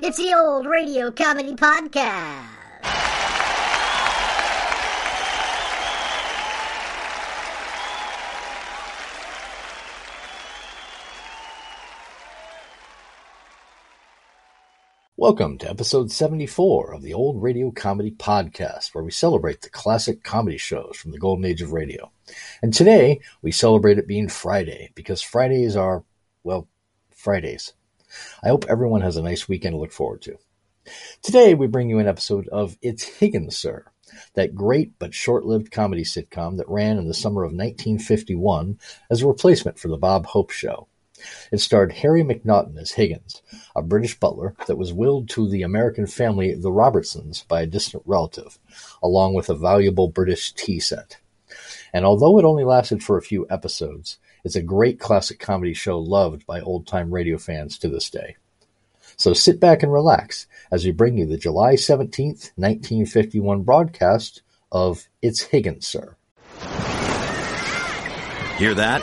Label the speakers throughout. Speaker 1: It's the old radio comedy podcast.
Speaker 2: Welcome to episode 74 of the Old Radio Comedy Podcast, where we celebrate the classic comedy shows from the golden age of radio. And today, we celebrate it being Friday, because Fridays are, well, Fridays. I hope everyone has a nice weekend to look forward to. Today, we bring you an episode of It's Higgins, Sir, that great but short lived comedy sitcom that ran in the summer of 1951 as a replacement for The Bob Hope Show. It starred Harry McNaughton as Higgins, a British butler that was willed to the American family, the Robertsons, by a distant relative, along with a valuable British tea set. And although it only lasted for a few episodes, it's a great classic comedy show loved by old time radio fans to this day. So sit back and relax as we bring you the July 17th, 1951 broadcast of It's Higgins, Sir.
Speaker 3: Hear that?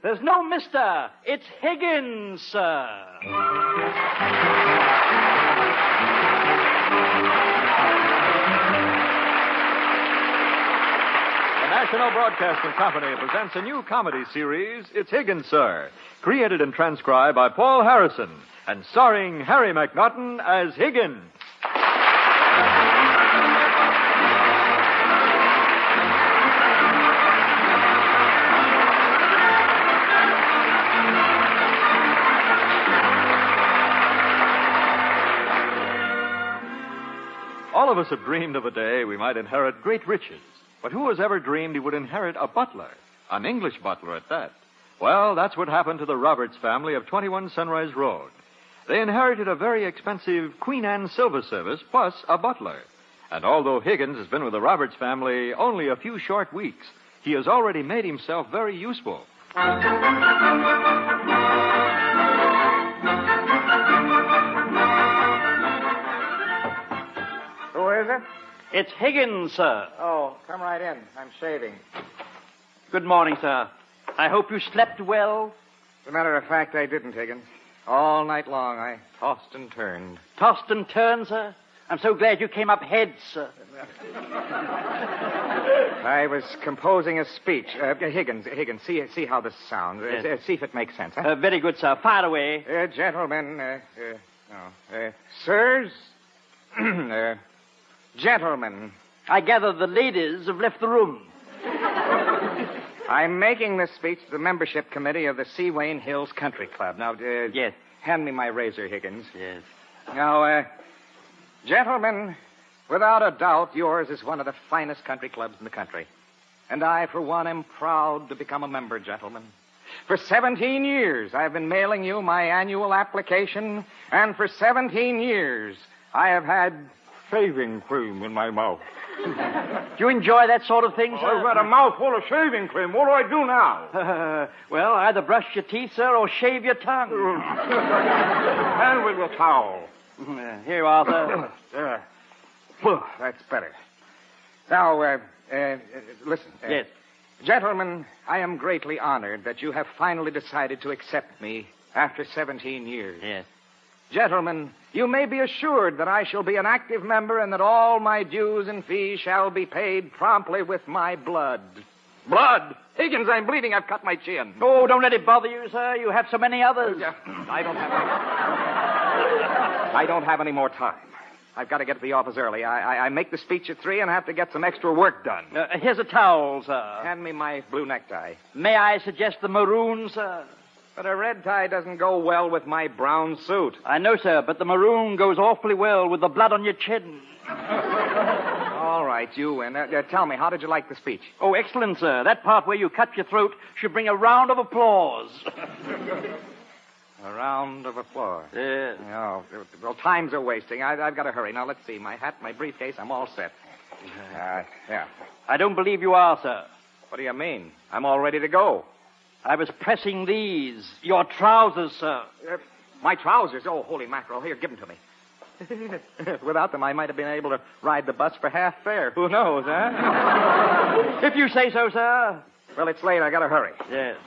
Speaker 4: There's no mister. It's Higgins, sir.
Speaker 5: The National Broadcasting Company presents a new comedy series, It's Higgins, Sir, created and transcribed by Paul Harrison and starring Harry McNaughton as Higgins. All of us have dreamed of a day we might inherit great riches. But who has ever dreamed he would inherit a butler? An English butler at that. Well, that's what happened to the Roberts family of 21 Sunrise Road. They inherited a very expensive Queen Anne silver service plus a butler. And although Higgins has been with the Roberts family only a few short weeks, he has already made himself very useful.
Speaker 6: Who is it?
Speaker 4: It's Higgins, sir.
Speaker 6: Oh, come right in. I'm shaving. As
Speaker 4: Good morning, sir. I hope you slept well.
Speaker 6: a matter of fact, I didn't, Higgins. All night long, I tossed and turned.
Speaker 4: Tossed and turned, sir. I'm so glad you came up heads, sir.
Speaker 6: I was composing a speech. Uh, Higgins, Higgins, see, see how this sounds. Uh,
Speaker 4: Yes.
Speaker 6: uh, see if it makes sense, huh?
Speaker 4: Uh, very good, sir. Fire away.
Speaker 6: Uh, gentlemen, uh, uh, no, uh, sirs, uh, gentlemen,
Speaker 4: I gather the ladies have left the room.
Speaker 6: I'm making this speech to the membership committee of the Seawain Hills Country Club. Now, uh,
Speaker 4: Yes.
Speaker 6: hand me my razor, Higgins.
Speaker 4: Yes.
Speaker 6: Now, uh, gentlemen, without a doubt, yours is one of the finest country clubs in the country. And I, for one, am proud to become a member, gentlemen. For 17 years, I've been mailing you my annual application, and for 17 years, I have had shaving cream in my mouth.
Speaker 4: Do you enjoy that sort of thing, sir?
Speaker 6: a mouthful of shaving cream. What do I do now?
Speaker 4: well, either brush your teeth, sir, or shave your tongue.
Speaker 6: And with a towel.
Speaker 4: Uh, Here you are, sir.
Speaker 6: There. Phew, that's better. Now, uh, uh, uh, listen. uh,
Speaker 4: Yes.
Speaker 6: Gentlemen, I am greatly honored that you have finally decided to accept me after 17 years.
Speaker 4: Yes.
Speaker 6: Gentlemen, you may be assured that I shall be an active member and that all my dues and fees shall be paid promptly with my blood. Blood? Higgins, I'm bleeding. I've cut my chin.
Speaker 4: Oh, don't let it bother you, sir. You have so many others.
Speaker 6: Yeah, I don't have. I don't have any more time. I've got to get to the office early. I, I, I make the speech at three and have to get some extra work done.
Speaker 4: Uh, here's a towel, sir.
Speaker 6: Hand me my blue necktie.
Speaker 4: May I suggest the maroon, sir?
Speaker 6: But a red tie doesn't go well with my brown suit.
Speaker 4: I know, sir, but the maroon goes awfully well with the blood on your chin.
Speaker 6: All right, right, you. And uh, uh, tell me, how did you like the speech?
Speaker 4: Oh, excellent, sir. That part where you cut your throat should bring a round of applause.
Speaker 6: A round of applause.
Speaker 4: yes.
Speaker 6: Oh, well, times are wasting. I, I've got to hurry. Now, let's see. My hat, my briefcase, I'm all set. Uh, yeah.
Speaker 4: I don't believe you are, sir.
Speaker 6: What do you mean? I'm all ready to go.
Speaker 4: I was pressing these. Your trousers, sir.
Speaker 6: Uh, my trousers. Oh, holy mackerel. Here, give them to me. Without them, I might have been able to ride the bus for half fare. Who knows, huh?
Speaker 4: If you say so, sir.
Speaker 6: well, it's late. I gotta hurry.
Speaker 4: Yes.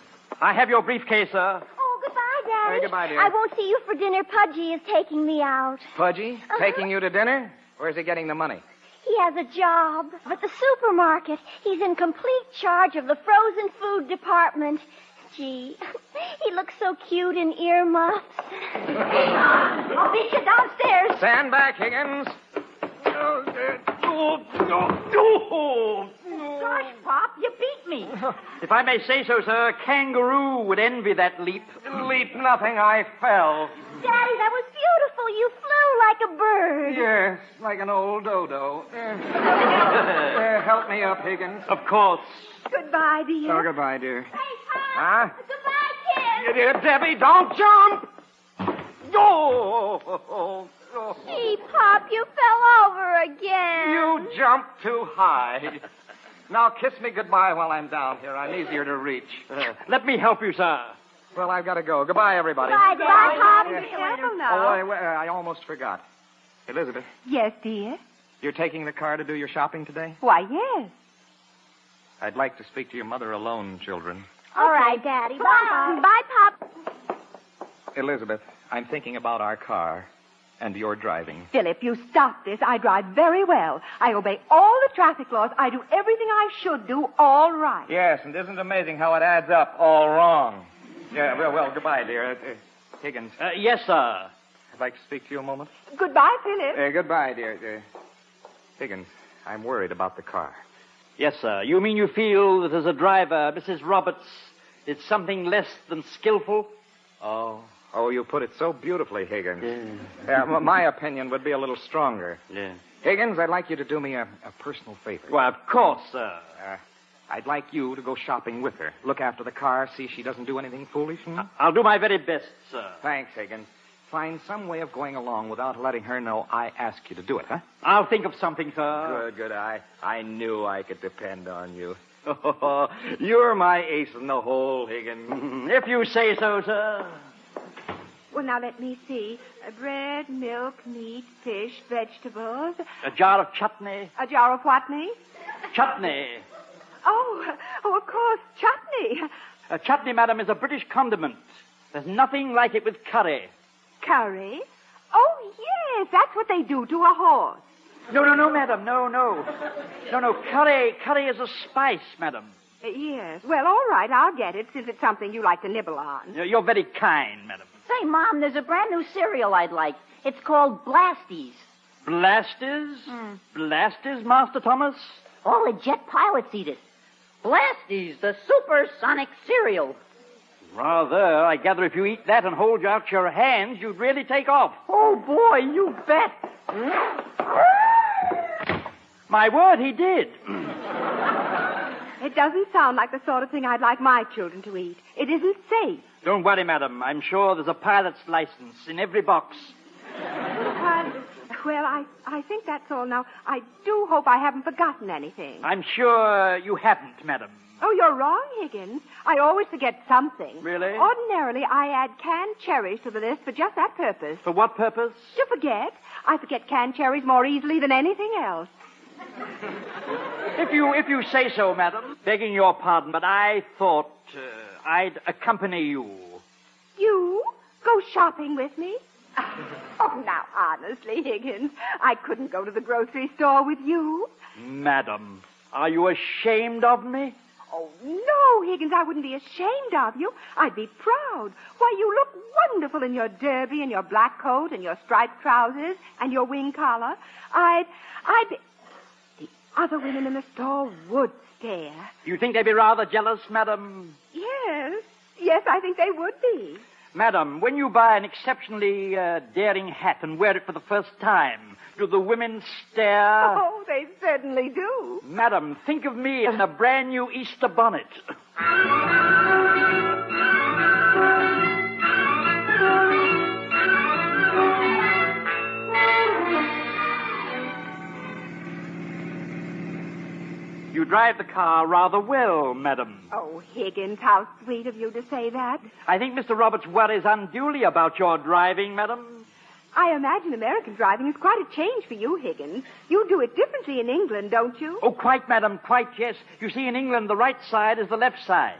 Speaker 4: I have your briefcase, sir.
Speaker 7: Oh, goodbye, Daddy.
Speaker 6: Hey, goodbye, dear.
Speaker 7: I won't see you for dinner. Pudgy is taking me out.
Speaker 6: Pudgy, taking you to dinner? Where's he getting the money?
Speaker 7: He has a job at the supermarket. He's in complete charge of the frozen food department. Gee, he looks so cute in earmuffs. I'll beat you downstairs.
Speaker 6: Stand back, Higgins. Oh, uh,
Speaker 7: Gosh, Pop, you beat me.
Speaker 4: If I may say so, sir, kangaroo would envy that leap.
Speaker 6: leap nothing, I fell.
Speaker 7: Daddy, that was beautiful. You flew like a bird.
Speaker 6: Yes, like an old dodo. Eh. Eh, help me up, Higgins.
Speaker 4: Of course.
Speaker 7: Goodbye, dear.
Speaker 6: Oh, goodbye, dear.
Speaker 7: Hey, Pop.
Speaker 6: Huh?
Speaker 7: Goodbye, kid.
Speaker 6: You dear Debbie, don't jump! Oh, oh, oh, oh.
Speaker 7: Gee, Pop, you fell over again.
Speaker 6: You jumped too high. Now kiss me goodbye while I'm down here. I'm easier to reach.
Speaker 4: Uh, let me help you, sir.
Speaker 6: Well, I've got to go. Goodbye, everybody.
Speaker 7: Goodbye, Daddy. Bye, Pop.
Speaker 6: Yeah.
Speaker 7: careful
Speaker 6: Oh, I, well, I almost forgot. Elizabeth,
Speaker 8: Yes, dear.
Speaker 6: you're taking the car to do your shopping today?
Speaker 8: Why, yes.
Speaker 6: I'd like to speak to your mother alone, children.
Speaker 7: All right, Daddy. Bye. Bye, Pop.
Speaker 6: Elizabeth, I'm thinking about our car and your driving.
Speaker 8: Philip, you stop this. I drive very well. I obey all the traffic laws. I do everything I should do all right.
Speaker 6: Yes, and isn't it amazing how it adds up all wrong? Yeah, well, well goodbye, dear. Uh, uh, Higgins,
Speaker 4: Uh, yes, sir.
Speaker 6: I'd like to speak to you a moment.
Speaker 8: Goodbye, Philip.
Speaker 4: Eh.
Speaker 6: Uh, goodbye, dear. Uh, Higgins, I'm worried about the car.
Speaker 4: Yes, sir. You mean you feel that as a driver, Mrs. Roberts is something less than skillful?
Speaker 6: Oh. Oh, you put it so beautifully, Higgins. Yeah. m- my opinion would be a little stronger.
Speaker 4: Yeah.
Speaker 6: Higgins, I'd like you to do me a, a personal favor.
Speaker 4: Why, of course, sir.
Speaker 6: Uh, I'd like you to go shopping with her. Look after the car, see she doesn't do anything foolish. hmm?
Speaker 4: I'll do my very best, Uh, sir.
Speaker 6: Thanks, Higgins. Find some way of going along without letting her know I asked you to do it, huh?
Speaker 4: I'll think of something, sir.
Speaker 6: Good, good. I, I knew I could depend on you. You're my ace in the hole, Higgins.
Speaker 4: If you say so, sir.
Speaker 8: Well, now let me see. Uh, bread, milk, meat, fish, vegetables.
Speaker 4: A jar of chutney.
Speaker 8: A jar of whatney?
Speaker 4: Chutney.
Speaker 8: Oh, oh, of course, chutney.
Speaker 4: A chutney, madam, is a British condiment. There's nothing like it with curry.
Speaker 8: Curry. Oh, yes, that's what they do to a horse.
Speaker 4: No, no, no, madam. No, no. No, no. Curry, curry is a spice, madam.
Speaker 8: Uh, yes. Well, all right, I'll get it since it's something you like to nibble on.
Speaker 4: You're you're very kind, madam.
Speaker 9: Say, Mom, there's a brand new cereal I'd like. It's called Blasties.
Speaker 4: Blasters? Blasters, Master Thomas?
Speaker 9: Hmm. All the jet pilots eat it. Blasties, the supersonic cereal.
Speaker 4: Rather, I gather if you eat that and hold out your hands, you'd really take off.
Speaker 9: Oh, boy, you bet.
Speaker 4: My word, he did.
Speaker 8: It doesn't sound like the sort of thing I'd like my children to eat. It isn't safe.
Speaker 4: Don't worry, madam. I'm sure there's a pilot's license in every box.
Speaker 8: Uh, well, I, I think that's all now. I do hope I haven't forgotten anything.
Speaker 4: I'm sure you haven't, madam.
Speaker 8: Oh, you're wrong, Higgins. I always forget something.
Speaker 4: Really?
Speaker 8: Ordinarily, I add canned cherries to the list for just that purpose.
Speaker 4: For what purpose?
Speaker 8: To forget, I forget canned cherries more easily than anything else.
Speaker 4: If you if you say so, madam. Begging your pardon, but I thought uh, I'd accompany you.
Speaker 8: You go shopping with me? Oh, now, honestly, Higgins, I couldn't go to the grocery store with you.
Speaker 4: Madam, are you ashamed of me?
Speaker 8: Oh, no, Higgins, I wouldn't be ashamed of you. I'd be proud. Why, you look wonderful in your derby and your black coat and your striped trousers and your wing collar. I'd, I'd be... The other women in the store would stare.
Speaker 4: You think they'd be rather jealous, madam?
Speaker 8: Yes, yes, I think they would be.
Speaker 4: Madam, when you buy an exceptionally uh, daring hat and wear it for the first time, do the women stare?
Speaker 8: Oh, they certainly do.
Speaker 4: Madam, think of me in a brand new Easter bonnet. You drive the car rather well, madam.
Speaker 8: Oh, Higgins, how sweet of you to say that.
Speaker 4: I think Mr. Roberts worries unduly about your driving, madam.
Speaker 8: I imagine American driving is quite a change for you, Higgins. You do it differently in England, don't you?
Speaker 4: Oh, quite, madam, quite, yes. You see, in England, the right side is the left side,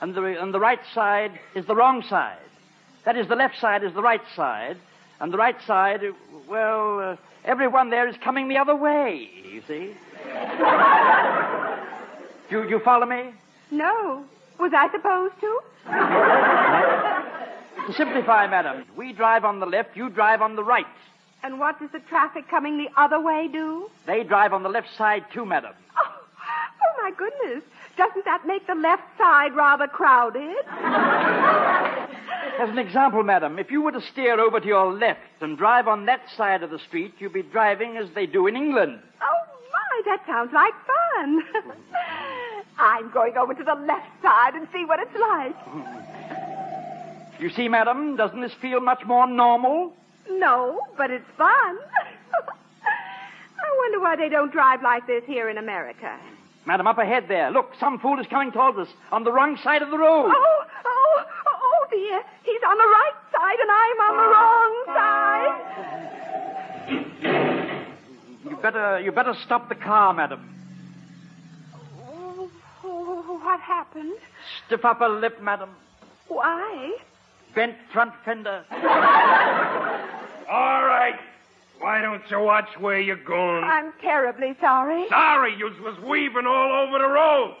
Speaker 4: and the, and the right side is the wrong side. That is, the left side is the right side, and the right side, well, uh, everyone there is coming the other way, you see. you, you follow me?
Speaker 8: No. Was I supposed to?
Speaker 4: To simplify, madam, we drive on the left, you drive on the right.
Speaker 8: And what does the traffic coming the other way do?
Speaker 4: They drive on the left side, too, madam.
Speaker 8: Oh, oh my goodness. Doesn't that make the left side rather crowded? Oh,
Speaker 4: As an example, madam, if you were to steer over to your left and drive on that side of the street, you'd be driving as they do in England.
Speaker 8: Oh, my, that sounds like fun. I'm going over to the left side and see what it's like.
Speaker 4: You see, madam, doesn't this feel much more normal?
Speaker 8: No, but it's fun. I wonder why they don't drive like this here in America.
Speaker 4: Madam, up ahead there. Look, some fool is coming towards us on the wrong side of the road.
Speaker 8: Oh, oh, oh dear. He's on the right side and I'm on the wrong side.
Speaker 4: You better, you better stop the car, madam.
Speaker 8: Oh, oh, what happened?
Speaker 4: Stiff upper lip, madam.
Speaker 8: Why?
Speaker 4: Bent front fender.
Speaker 10: All right. Why don't you watch where you're going?
Speaker 8: I'm terribly sorry.
Speaker 10: Sorry, you was weaving all over the road.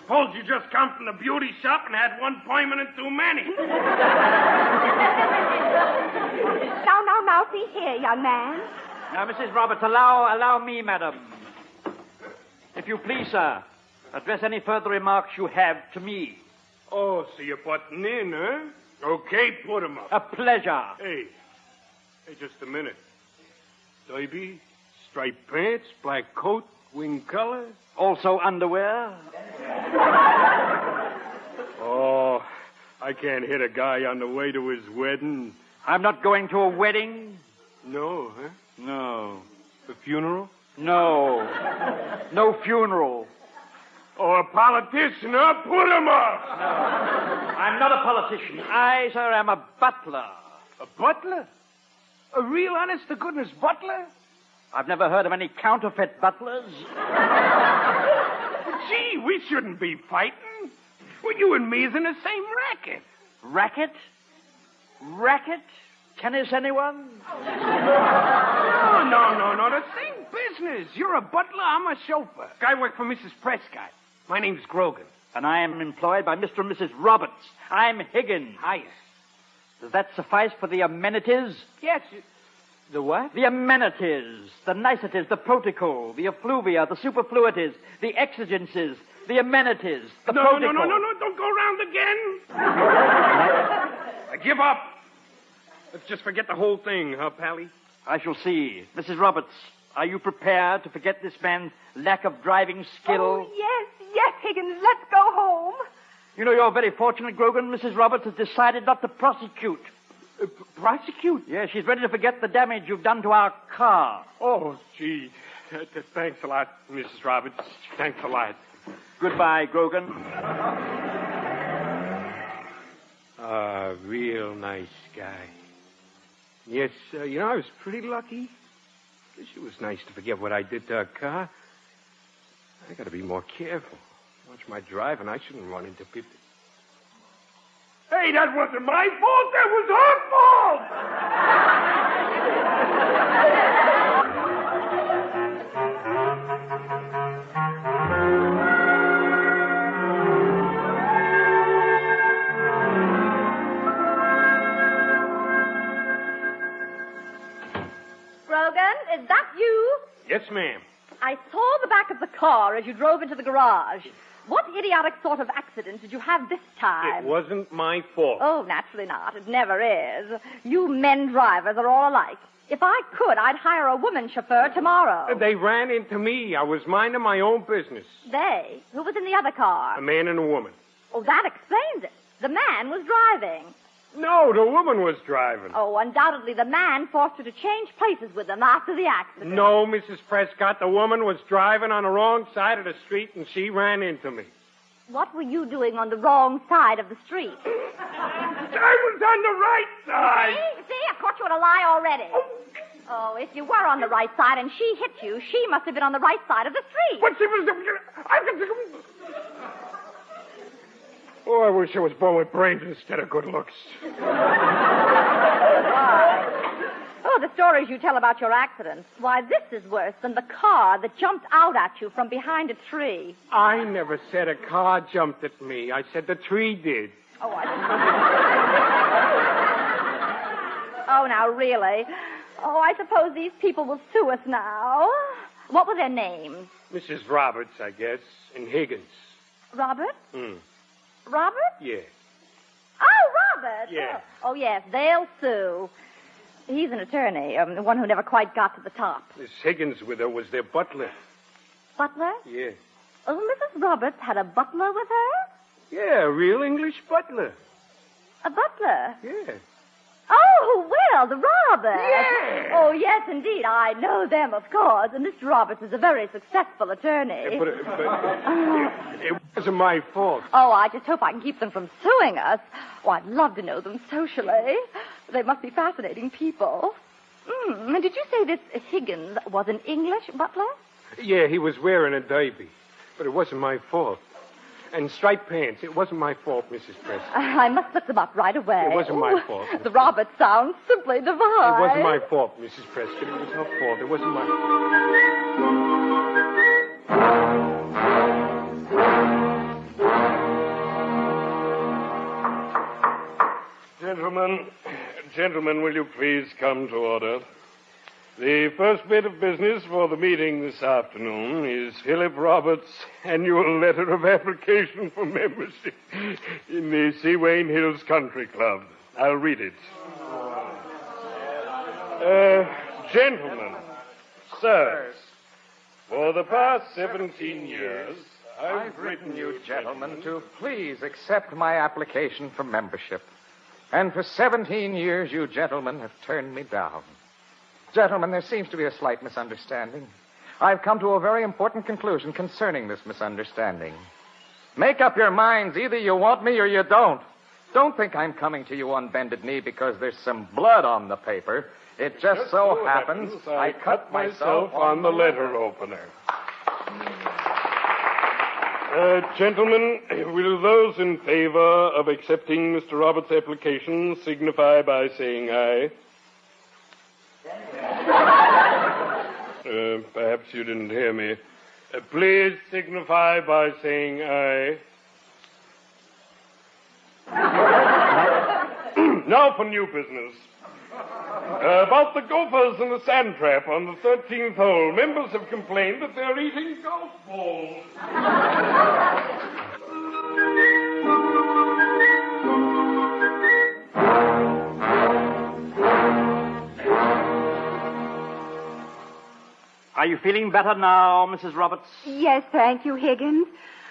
Speaker 10: Suppose you just come from the beauty shop and had one appointment too many.
Speaker 8: Now, now, now, see here, young man.
Speaker 4: Now, Mrs. Roberts, allow, allow me, madam. If you please, sir, address any further remarks you have to me.
Speaker 10: Oh, so you're putting in, huh? Okay, put 'em up.
Speaker 4: A pleasure.
Speaker 10: Hey, hey, just a minute. Derby, striped pants, black coat, wing collar.
Speaker 4: Also underwear.
Speaker 10: Oh, I can't hit a guy on the way to his wedding.
Speaker 4: I'm not going to a wedding.
Speaker 10: No, huh?
Speaker 4: No.
Speaker 10: A funeral?
Speaker 4: No. No funeral.
Speaker 10: Or Oh, a politician, huh? Put 'em up!
Speaker 4: I'm not a politician. I, sir, am a butler.
Speaker 10: A butler? A real honest to goodness butler?
Speaker 4: I've never heard of any counterfeit butlers.
Speaker 10: Gee, we shouldn't be fighting. Well, you and me's in the same racket.
Speaker 4: Racket? Racket? Tennis, anyone?
Speaker 10: No, Oh, no, no, no. The same business. You're a butler, I'm a chauffeur. I work for Mrs. Prescott. My name's Grogan.
Speaker 4: And I am employed by Mr. and Mrs. Roberts. I'm Higgins.
Speaker 10: Hiya.
Speaker 4: Does that suffice for the amenities?
Speaker 10: Yes. you- The what?
Speaker 4: The amenities, the niceties, the protocol, the effluvia, the superfluities, the exigencies, the amenities, the
Speaker 10: No, no,
Speaker 4: protocol.
Speaker 10: no, no, no. Don't go around again. I give up. Let's just forget the whole thing, huh, Pally?
Speaker 4: I shall see. Mrs. Roberts, are you prepared to forget this man's lack of driving skill?
Speaker 8: Oh, yes, yes, Higgins, let's go home.
Speaker 4: You know, you're very fortunate, Grogan. Mrs. Roberts has decided not to prosecute.
Speaker 10: Uh, prosecute?
Speaker 4: Yeah, she's ready to forget the damage you've done to our car.
Speaker 10: Oh, gee. Th- th- Thanks a lot, Mrs. Roberts. Thanks a lot.
Speaker 4: Goodbye, Grogan.
Speaker 10: A real nice guy. Yes, uh, you know, I was pretty lucky. Guess it was nice to forget what I did to her car. I gotta be more careful. Watch my drive, and I shouldn't run into people. Hey, that wasn't my fault. That was her fault.
Speaker 7: Rogan, is that you?
Speaker 10: Yes, ma'am.
Speaker 11: I saw the back of the car as you drove into the garage. What idiotic sort of accident did you have this
Speaker 10: It
Speaker 11: time?
Speaker 10: wasn't my fault.
Speaker 11: Oh, naturally not. It never is. You men drivers are all alike. If I could, I'd hire a woman chauffeur tomorrow.
Speaker 10: They ran into me. I was minding my own business.
Speaker 11: They? Who was in the other car?
Speaker 10: A man and a woman.
Speaker 11: Oh, that explains it. The man was driving.
Speaker 10: No, the woman was driving.
Speaker 11: Oh, undoubtedly the man forced you to change places with him after the accident.
Speaker 10: No, Mrs. Prescott, the woman was driving on the wrong side of the street and she ran into me.
Speaker 11: What were you doing on the wrong side of the street?
Speaker 10: I was on the right side.
Speaker 11: See? See? I caught you in a lie already. Oh, if you were on the right side and she hit you, she must have been on the right side of the street.
Speaker 10: But she was. I could. Oh, I wish I was born with brains instead of good looks.
Speaker 11: Oh, the stories you tell about your accidents. Why, this is worse than the car that jumped out at you from behind a tree.
Speaker 10: I never said a car jumped at me. I said the tree did.
Speaker 11: Oh, I. oh, now really. Oh, I suppose these people will sue us now. What were their names?
Speaker 10: Mrs. Roberts, I guess, and Higgins.
Speaker 11: Robert?
Speaker 10: Hmm.
Speaker 11: Robert?
Speaker 10: Yeah.
Speaker 11: Oh, Robert.
Speaker 10: Yeah.
Speaker 11: Oh, oh, yes, they'll sue. He's an attorney, um, the one who never quite got to the top.
Speaker 10: Miss Higgins with her was their butler.
Speaker 11: Butler?
Speaker 10: Yeah.
Speaker 11: Oh, Mrs. Roberts had a butler with her?
Speaker 10: Yeah, a real English butler.
Speaker 11: A butler?
Speaker 10: Yeah.
Speaker 11: Oh, well, the Roberts.
Speaker 10: Yes.
Speaker 11: Oh, yes, indeed. I know them, of course. And Mr. Roberts is a very successful attorney.
Speaker 10: But, uh, but uh, it, it wasn't my fault.
Speaker 11: Oh, I just hope I can keep them from suing us. Oh, I'd love to know them socially. They must be fascinating people. Mm, and did you say this Higgins was an English butler?
Speaker 10: Yeah, he was wearing a derby, but it wasn't my fault. And striped pants. It wasn't my fault, Mrs. Prescott.
Speaker 11: I must look them up right away.
Speaker 10: It wasn't my fault.
Speaker 11: The Robert sounds simply divine.
Speaker 10: It wasn't my fault, Mrs. Prescott. It was her fault. It wasn't my
Speaker 12: Gentlemen, gentlemen, will you please come to order? The first bit of business for the meeting this afternoon is Philip Roberts' annual letter of application for membership in the Seawain Hills Country Club. I'll read it. Uh, gentlemen, sirs, for the past 17 years,
Speaker 6: I've written you, gentlemen, to please accept my application for membership. And for 17 years, you gentlemen have turned me down. Gentlemen, there seems to be a slight misunderstanding. I've come to a very important conclusion concerning this misunderstanding. Make up your minds. Either you want me or you don't. Don't think I'm coming to you on bended knee because there's some blood on the paper. It just, so happens, I cut myself on the letter
Speaker 12: opener. Uh, gentlemen, will those in favor of accepting Mr. Roberts' application signify by saying aye? Uh, perhaps you didn't hear me. Uh, please signify by saying aye. now for new business. Uh, about the gophers and the sand trap on the 13th hole, members have complained that they're eating golf balls.
Speaker 4: Are you feeling better now, Mrs. Roberts?
Speaker 8: Yes, thank you, Higgins.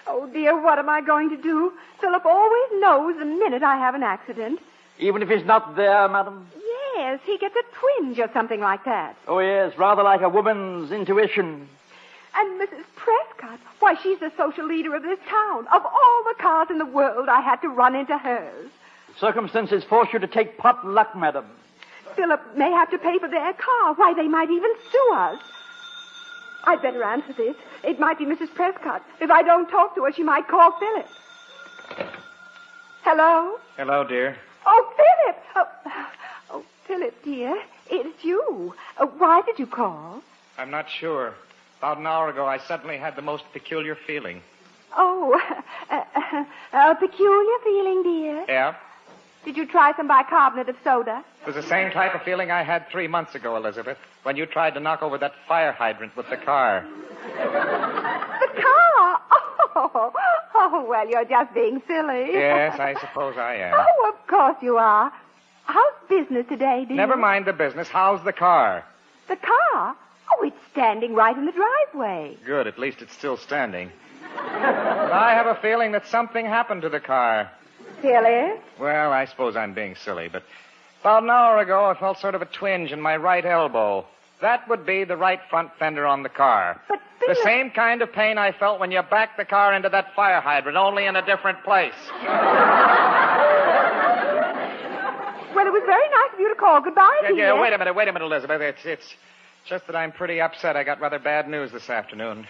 Speaker 8: Oh, dear, what am I going to do? Philip always knows the minute I have an accident.
Speaker 4: Even if he's not there, madam?
Speaker 8: Yes, he gets a twinge or something like that.
Speaker 4: Oh, yes, rather like a woman's intuition.
Speaker 8: And Mrs. Prescott, why, she's the social leader of this town. Of all the cars in the world, I had to run into hers.
Speaker 4: Circumstances force you to take pot luck, madam.
Speaker 8: Philip may have to pay for their car. Why, they might even sue us. I'd better answer this. It might be Mrs. Prescott. If I don't talk to her, she might call Philip. Hello?
Speaker 13: Hello, dear.
Speaker 8: Oh, Philip! Oh, oh Philip, dear, it's you. Uh, why did you call?
Speaker 13: I'm not sure. About an hour ago, I suddenly had the most peculiar feeling.
Speaker 8: Oh, a peculiar uh, feeling, dear.
Speaker 13: Yeah?
Speaker 8: Did you try some bicarbonate of soda?
Speaker 6: It was the same type of feeling I had three months ago, Elizabeth, when you tried to knock over that fire hydrant with the car.
Speaker 8: The car! Oh, oh well, you're just being silly.
Speaker 6: Yes, I suppose I am.
Speaker 8: Oh, of course you are. How's business today, dear?
Speaker 6: Never mind the business. How's the car?
Speaker 8: The car? Oh, it's standing right in the driveway.
Speaker 6: Good. At least it's still standing. But I have a feeling that something happened to the car.
Speaker 8: Silly.
Speaker 6: Well, I suppose I'm being silly, but about an hour ago, I felt sort of a twinge in my right elbow. That would be the right front fender on the car. But the same kind of pain I felt when you backed the car into that fire hydrant, only in a different place.
Speaker 8: Well, it was very nice of you to call. Goodbye,
Speaker 6: Yeah,
Speaker 8: dear.
Speaker 6: yeah, wait a minute, wait a minute, Elizabeth. It's it's just that I'm pretty upset. I got rather bad news this afternoon.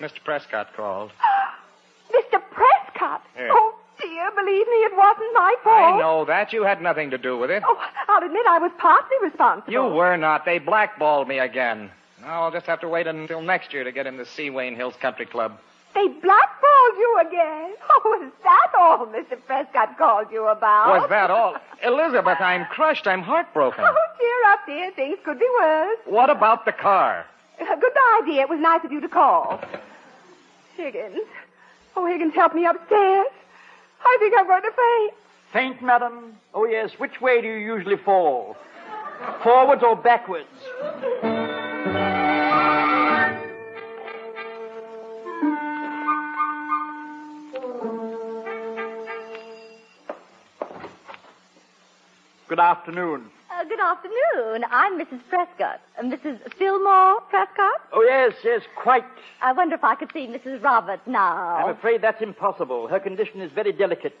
Speaker 6: Mr. Prescott called.
Speaker 8: Mr. Prescott.
Speaker 6: Yeah.
Speaker 8: Oh, dear, believe me, it wasn't my
Speaker 6: I
Speaker 8: fault.
Speaker 6: know that. You had nothing to do with it.
Speaker 8: Oh, I'll admit I was partly responsible.
Speaker 6: You were not. They blackballed me again. Now I'll just have to wait until next year to get into Seawain Hills Country Club.
Speaker 8: They blackballed you again. Oh, was that all Mr. Prescott called you about?
Speaker 6: Was that all? Elizabeth, I'm crushed. I'm heartbroken.
Speaker 8: Oh, dear, up dear, things could be worse.
Speaker 6: What about the car?
Speaker 8: Uh, goodbye, dear. It was nice of you to call. Higgins. Oh, Higgins, help me upstairs. I think I'm going to faint.
Speaker 4: Faint, madam? Oh, yes. Which way do you usually fall? Forwards or backwards? Good afternoon.
Speaker 11: Uh, good afternoon. I'm Mrs. Prescott. Uh, Mrs. Fillmore Prescott?
Speaker 4: Oh, yes, yes, quite.
Speaker 11: I wonder if I could see Mrs. Roberts now.
Speaker 4: I'm afraid that's impossible. Her condition is very delicate.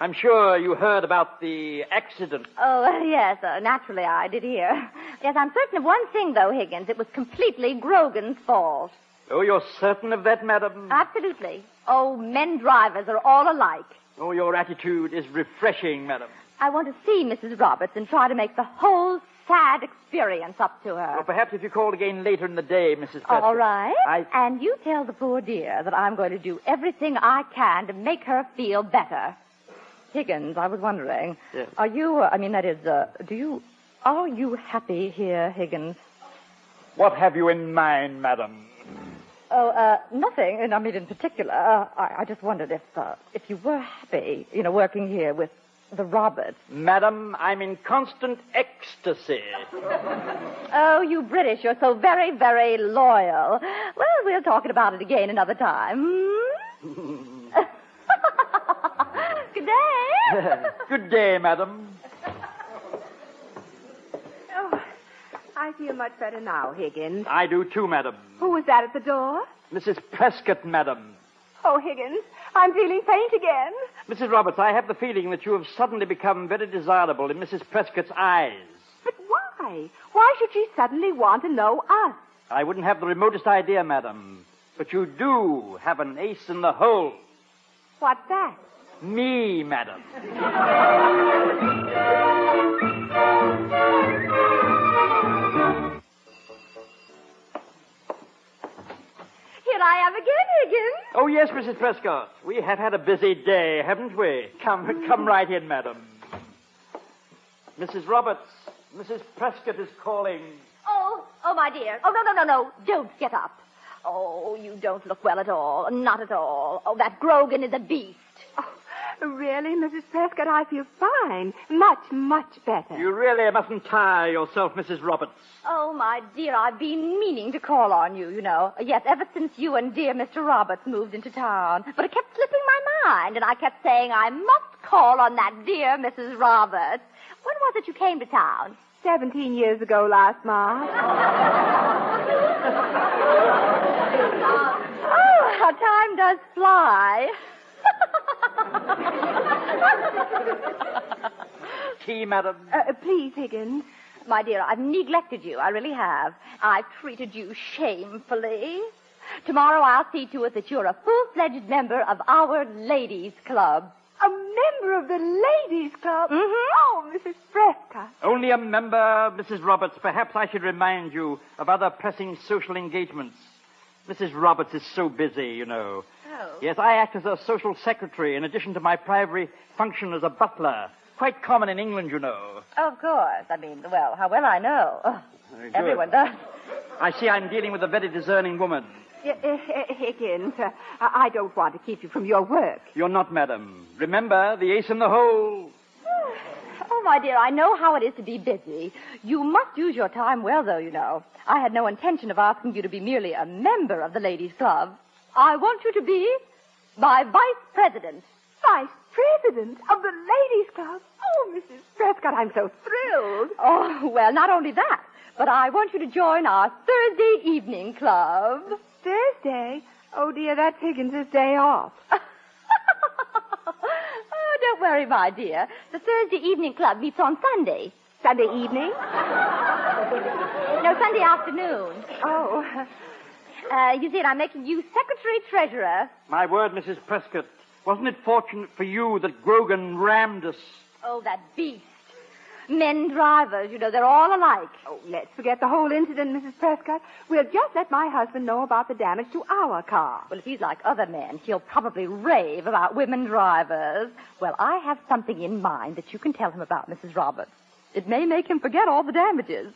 Speaker 4: I'm sure you heard about the accident.
Speaker 11: Oh, yes, uh, naturally I did hear. Yes, I'm certain of one thing, though, Higgins. It was completely Grogan's fault.
Speaker 4: Oh, you're certain of that,
Speaker 11: Ah.
Speaker 4: madam?
Speaker 11: Absolutely. Oh, men drivers are all alike.
Speaker 4: Oh, your attitude is refreshing, madam.
Speaker 11: I want to see Mrs. Roberts and try to make the whole sad experience up to her.
Speaker 4: Well, perhaps if you called again later in the day, Mrs. Prescott.
Speaker 11: Oh, All right. And you tell the poor dear that I'm going to do everything I can to make her feel better. Higgins, I was wondering,
Speaker 4: Yes.
Speaker 11: are you, uh, I mean, that is, uh, do you, are you happy here, Higgins?
Speaker 4: What have you in mind, madam?
Speaker 11: Oh, uh, nothing, and I mean in particular, uh, I, I just wondered if, uh, if you were happy, you know, working here with the Roberts.
Speaker 4: Madam, I'm in constant ecstasy.
Speaker 11: Oh, you British, you're so very, very loyal. Well, we'll talk about it again another time. Hmm? Good day.
Speaker 4: Good day, madam.
Speaker 8: Oh, I feel much better now, Higgins.
Speaker 4: I do too, madam.
Speaker 8: Who was that at the door?
Speaker 4: Mrs. Prescott, madam.
Speaker 8: Oh, Higgins, I'm feeling faint again.
Speaker 4: Mrs. Roberts, I have the feeling that you have suddenly become very desirable in Mrs. Prescott's eyes.
Speaker 8: But why? Why should she suddenly want to know us?
Speaker 4: I wouldn't have the remotest idea, madam. But you do have an ace in the hole.
Speaker 8: What's that?
Speaker 4: Me, madam.
Speaker 11: Here I am again, Higgins.
Speaker 4: Oh, yes, Mrs. Prescott. We have had a busy day, haven't we? Come, come right in, madam. Mrs. Roberts, Mrs. Prescott is calling.
Speaker 11: Oh, oh, my dear. Oh, no, no, no, no. Don't get up. Oh, you don't look well at all. Not at all. Oh, that Grogan is a beast.
Speaker 8: Oh, Really, Mrs. Prescott, I feel fine. Much, much better.
Speaker 4: You really mustn't tire yourself, Mrs. Roberts.
Speaker 11: Oh, my dear, I've been meaning to call on you, you know. Yes, ever since you and dear Mr. Roberts moved into town. But it kept slipping my mind, and I kept saying I must call on that dear Mrs. Roberts. When was it you came to town?
Speaker 8: Seventeen years ago last March.
Speaker 11: Oh, how time does fly.
Speaker 4: Tea, madam.
Speaker 11: Uh, please, Higgins. My dear, I've neglected you. I really have. I've treated you shamefully. Tomorrow I'll see to it that you're a full-fledged member of our ladies' club. Mm-hmm.
Speaker 8: A member of the ladies' club? Oh, Mrs. Prescott.
Speaker 4: Only a member, Mrs. Roberts. Perhaps I should remind you of other pressing social engagements. Mrs. Roberts is so busy, you know.
Speaker 11: Oh.
Speaker 4: Yes, I act as her social secretary in addition to my primary function as a butler. quite common in England, you know.
Speaker 11: Of course. I mean, well, how well I know. Oh,
Speaker 4: Very good.
Speaker 11: everyone does.
Speaker 4: I see I'm dealing with a very discerning woman.
Speaker 8: Uh, uh, uh, Higgins, uh, I don't want to keep you from your work.
Speaker 4: You're not, madam. Remember, the ace in the hole.
Speaker 11: Oh, my dear, I know how it is to be busy. You must use your time well, though, you know. I had no intention of asking you to be merely a member of the ladies' club. I want you to be my vice president.
Speaker 8: Vice president of the ladies' club. Oh, Mrs. Prescott, I'm so thrilled.
Speaker 11: Oh, well, not only that, but I want you to join our Thursday evening club.
Speaker 8: Thursday? Oh, dear, that's Higgins' day off.
Speaker 11: Oh, don't worry, my dear. The Thursday evening club meets on Sunday. Sunday evening? no, Sunday afternoon. Oh. Uh, you see, I'm making you secretary treasurer.
Speaker 4: My word, Mrs. Prescott, wasn't it fortunate for you that Grogan rammed us?
Speaker 11: Oh, that beast. Men drivers, you know, they're all alike.
Speaker 8: Oh, let's forget the whole incident, Mrs. Prescott. We'll just let my husband know about the damage to our car.
Speaker 11: Ah, Well, if he's like other men, he'll probably rave about women drivers. Well, I have something in mind that you can tell him about, Mrs. Roberts. It may make him forget all the damages.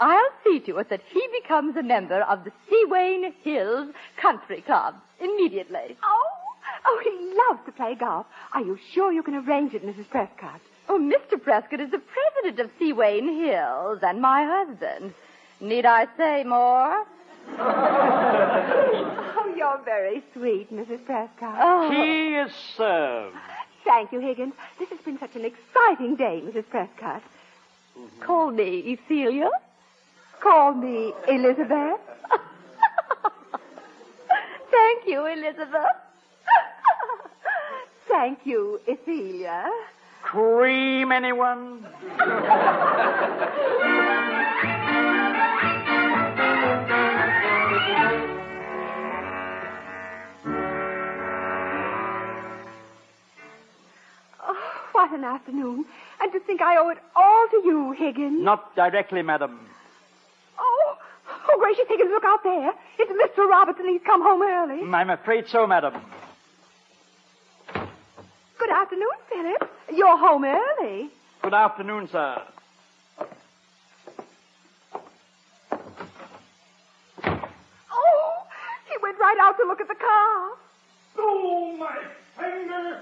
Speaker 11: I'll see to it that he becomes a member of the Seawain Hills Country Club immediately.
Speaker 8: Oh, oh, he loves to play golf. Are you sure you can arrange it, Mrs. Prescott?
Speaker 11: Oh, Mr. Prescott is the president of Seawain Hills and my husband. Need I say more?
Speaker 8: Oh, you're very sweet, Mrs. Prescott.
Speaker 11: Oh.
Speaker 4: He is served.
Speaker 8: Thank you, Higgins. This has been such an exciting day, Mrs. Prescott.
Speaker 11: Call me Celia.
Speaker 8: Call me Elizabeth.
Speaker 11: Thank you, Elizabeth.
Speaker 8: Thank you, Celia.
Speaker 4: Cream, anyone?
Speaker 8: Oh, what an afternoon. And to think I owe it all to you, Higgins.
Speaker 4: Not directly, madam.
Speaker 8: Oh, oh, gracious Higgins, look out there. It's Mr. Robertson. He's come home early.
Speaker 4: I'm afraid so, madam.
Speaker 8: Good afternoon, Philip. You're home early.
Speaker 4: Good afternoon, sir.
Speaker 8: Oh, he went right out to look at the car.
Speaker 1: Oh, my finger!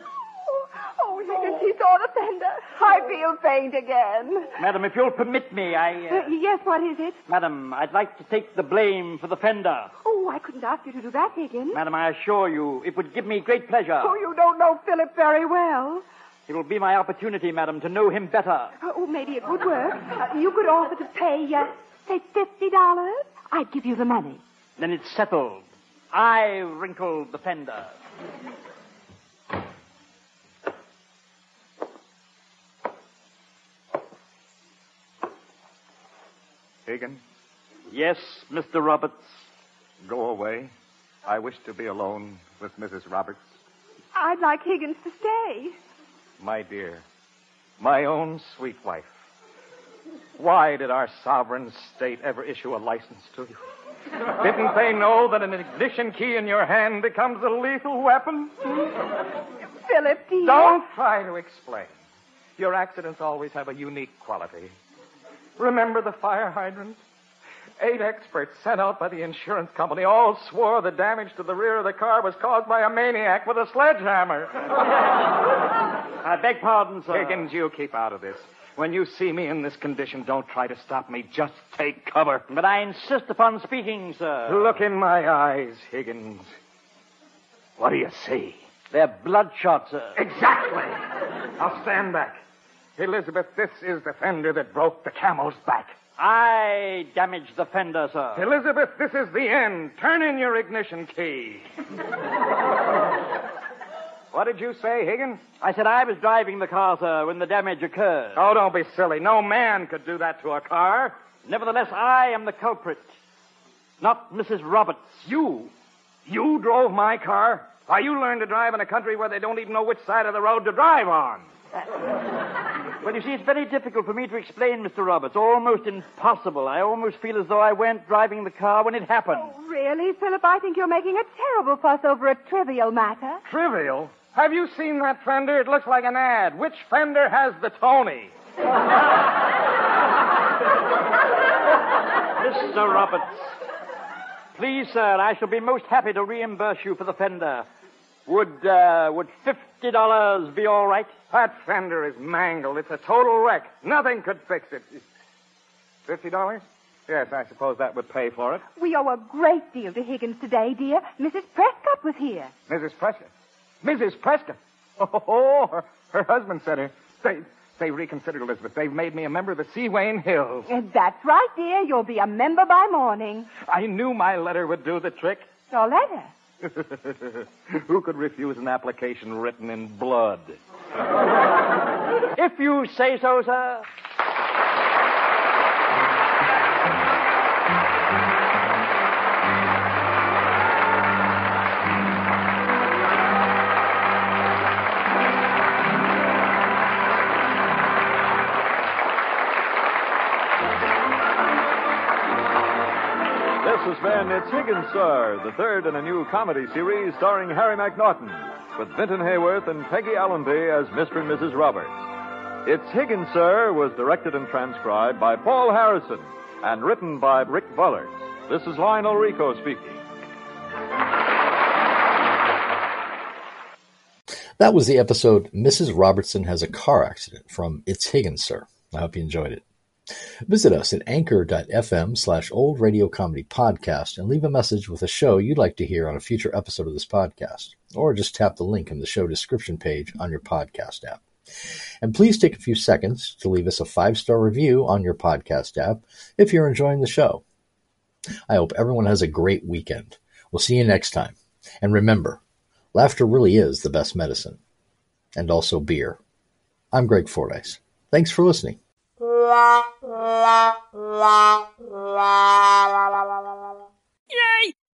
Speaker 8: Oh, oh Higgins, he saw the fender. I feel faint again.
Speaker 4: Madam, if you'll permit me, I.
Speaker 8: Uh,
Speaker 4: Uh,
Speaker 8: yes, what is it?
Speaker 4: madam, I'd like to take the blame for the fender.
Speaker 8: Oh, I couldn't ask you to do that, Higgins.
Speaker 4: Madam, I assure you, it would give me great pleasure.
Speaker 8: Oh, you don't know Philip very well.
Speaker 4: It will be my opportunity, madam, to know him better.
Speaker 8: Oh, maybe it would work. Uh, you could offer to pay, uh, say, $50. I'd give you the money.
Speaker 4: Then it's settled. I wrinkled the fender.
Speaker 6: Hagen,
Speaker 4: Yes, Mr. Roberts.
Speaker 6: go away. I wish to be alone with Mrs. Roberts.
Speaker 8: I'd like Higgins to stay.
Speaker 6: My dear, my own sweet wife, why did our sovereign state ever issue a license to you? Didn't they know that an ignition key in your hand becomes a lethal weapon?
Speaker 8: Philip, dear.
Speaker 6: Don't try to explain. Your accidents always have a unique quality. Remember the fire hydrant? Eight experts sent out by the insurance company all swore the damage to the rear of the car was caused by a maniac with a sledgehammer.
Speaker 4: I beg pardon, sir.
Speaker 6: Higgins, you keep out of this. When you see me in this condition, don't try to stop me. Just take cover.
Speaker 4: But I insist upon speaking, sir.
Speaker 6: Look in my eyes, Higgins. What do you see?
Speaker 4: They're bloodshot, sir.
Speaker 6: Exactly. I'll stand back. Elizabeth, this is the fender that broke the camel's back.
Speaker 4: I damaged the fender,
Speaker 6: Uh.
Speaker 4: sir.
Speaker 6: Elizabeth, this is the end. Turn in your ignition key. what did you say, Higgins?
Speaker 4: I said I was driving the car, sir, when the damage occurred.
Speaker 6: Oh, don't be silly. No man could do that to a car.
Speaker 4: Nevertheless, I am the culprit, not Mrs. Roberts.
Speaker 6: You. You drove my car? Why, you learn to drive in a country where they don't even know which side of the road to drive on.
Speaker 4: Well, you see, it's very difficult for me to explain, Mr. Roberts. Almost impossible. I almost feel as though I went driving the car when it happened.
Speaker 8: Oh, Really, Philip, I think you're making a terrible fuss over a trivial matter.
Speaker 6: Trivial? Have you seen that fender? It looks like an ad. Which fender has the Tony?
Speaker 4: Mr. Roberts. Please, sir, I shall be most happy to reimburse you for the fender. Would, uh, would fifty dollars be all right?
Speaker 6: That fender is mangled. It's a total wreck. Nothing could fix it. Fifty dollars? Yes, I suppose that would pay for it.
Speaker 8: We owe a great deal to Higgins today, dear. Mrs. Prescott was here.
Speaker 6: Mrs. Prescott. Mrs. Prescott. Oh, her, her husband sent her. They, they reconsidered, Elizabeth. They've made me a member of the Seawain Hills.
Speaker 8: And That's right, dear. You'll be a member by morning.
Speaker 6: I knew my letter would do the trick.
Speaker 8: Your letter.
Speaker 6: Who could refuse an application written in blood?
Speaker 4: If you say so, sir.
Speaker 5: This has been It's Higgins, Sir, the third in a new comedy series starring Harry MacNaughton, with Vinton Hayworth and Peggy Allenby as Mr. and Mrs. Roberts. It's Higgins, Sir was directed and transcribed by Paul Harrison and written by Rick Buller. This is Lionel Rico speaking.
Speaker 2: That was the episode Mrs. Robertson Has a Car Accident from It's Higgins, Sir. I hope you enjoyed it. Visit us at anchor.fm slash old radio comedy podcast and leave a message with a show you'd like to hear on a future episode of this podcast, or just tap the link in the show description page on your podcast app. And please take a few seconds to leave us a five star review on your podcast app if you're enjoying the show. I hope everyone has a great weekend. We'll see you next time. And remember, laughter really is the best medicine, and also beer. I'm Greg Fordyce. Thanks for listening.
Speaker 14: La la la la la la la la la. Yay!